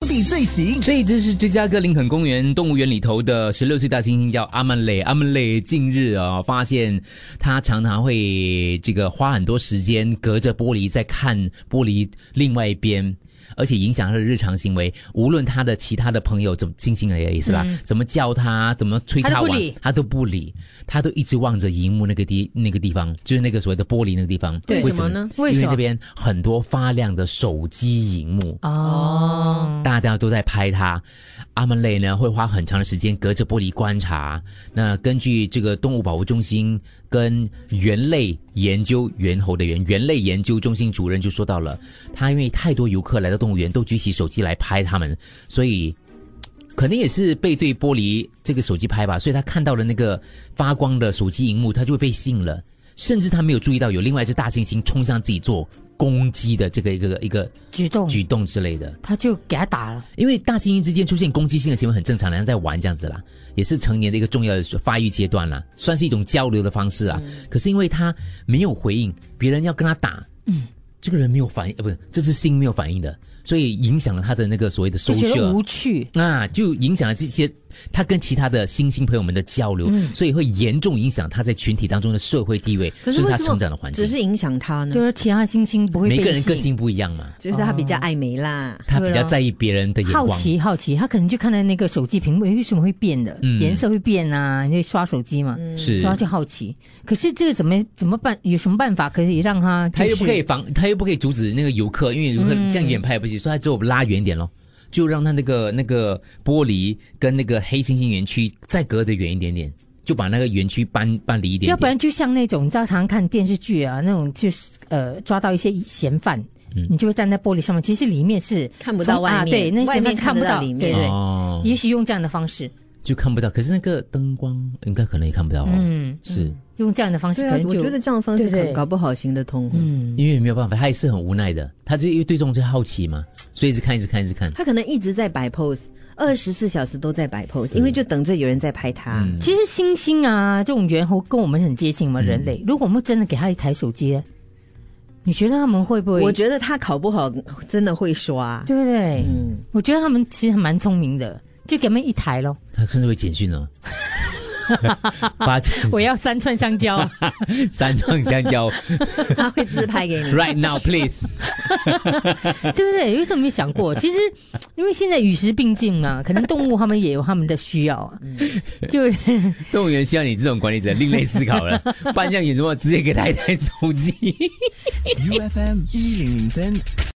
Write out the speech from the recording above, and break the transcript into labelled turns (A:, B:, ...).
A: 地罪行。
B: 这一只是芝加哥林肯公园动物园里头的十六岁大猩猩，叫阿曼雷。阿曼雷近日啊、发现他常常会这个花很多时间隔着玻璃在看玻璃另外一边。而且影响他的日常行为，无论他的其他的朋友怎么猩猩而已是吧？怎么叫他，怎么催
C: 他都不
B: 玩
C: 理，
B: 他都不理，他都一直望着荧幕那个地那个地方，就是那个所谓的玻璃那个地方。
C: 对
B: 为什
C: 为什么呢
B: 因
C: 为什
B: 为
C: 么
B: 那边很多发亮的手机荧幕。
C: 哦，
B: 大家都在拍它。阿曼类呢会花很长的时间隔着玻璃观察。那根据这个动物保护中心跟猿类研究猿猴的猿猿类研究中心主任就说到了，他因为太多游客来到动物园都举起手机来拍他们，所以。可能也是背对玻璃这个手机拍吧，所以他看到了那个发光的手机荧幕，他就会被吸引了。甚至他没有注意到有另外一只大猩猩冲向自己做攻击的这个一个一个
C: 举动，
B: 举动之类的。
C: 他就给他打了。
B: 因为大猩猩之间出现攻击性的行为很正常，两人在玩这样子啦，也是成年的一个重要的发育阶段啦，算是一种交流的方式啊。
C: 嗯
B: 可是因为他没有回应，别人要跟他打，嗯，这个人没有反应，呃，不是这只猩没有反应的，所以影响了他的那个所谓的
C: 就
B: 收
C: 觉得
B: 摄
C: 无。趣。
B: 啊，就影响了这些他跟其他的猩猩朋友们的交流，
C: 嗯
B: 所以会严重影响他在群体当中的社会地位，
D: 可
B: 甚至
D: 为
B: 他
D: 什么
B: 成长的环
D: 只
B: 境。
D: 是影响他呢
C: 就？是其他星星不会
B: 嗯每
C: 被
B: 个人
C: 吸
B: 个
C: 引
B: 性不一样嘛，
D: 就是他比较爱美啦。
B: 他比
C: 对
B: 较
C: 咯
B: 在意别人的眼
C: 好
B: 光。
C: 奇好奇，他可能就看到那个手机屏幕诶为什么会变的，
B: 嗯
C: 颜色会变啊，因为刷手机嘛，
B: 是
C: 所以他就好奇。可是这个怎么怎么办？有什么办法可以让他、就是？
B: 他又不可以防，他又不可以阻止那个游客，因为游客这样远拍也
C: 嗯
B: 不行，所以他只有拉远点咯，就让他那个那个玻璃跟那个黑猩猩园区再隔得远一点点，就把那个园区搬搬离一点点
C: 要不然就像那种你知道，常常看电视剧啊，那种就是呃抓到一些嫌犯，
B: 嗯
C: 你就会站在玻璃上面，其实里面是
D: 看不到
C: 从啊，
D: 外面
C: 对，那
D: 外
C: 嫌
D: 面
C: 犯看
D: 看得
C: 不
D: 到
C: 到，
D: 里面
C: 对对，
B: 哦，
C: 也许用这样的方式，
B: 就看不到。可是那个灯光应该可能也看不到哦，
C: 嗯，
B: 是
C: 用这样的方式
D: 对
C: 可
D: 啊，
C: 能
D: 我
C: 就
D: 觉得这样的方式
C: 对
D: 很
C: 对
D: 搞不好行得通。
C: 嗯，
B: 因为没有办法，他也是很无奈的，他就因为对这种就好奇嘛，所以一直看一直看一直看。
D: 他可能一直在摆 pose，二十四小时都在摆 pose，因为就等着有人在拍他。
C: 其实猩猩啊，这种猿猴跟我们很接
D: 嗯
C: 近嘛，人类。如果我们真的给他一台手机，你觉得他们会不会？
D: 我觉得他考不好，真的会刷。
C: 对不对？
D: 嗯，
C: 我觉得他们其实还蛮聪明的，就给他们一台 咯。
B: 他甚至会简讯 哦，把这
C: 我要三串香蕉，
B: 三串香蕉
D: 他会自拍 给你。
B: ，right now please。
C: 对不对？为什么没想过？其实，因为现在与时并进嘛，可能动物他们也有他们的需要啊。
D: 嗯
C: 就
B: 动物园需要你这种管理者另类思考了，颁奖演什么直接给他一台手机。
A: U F M 一零零分。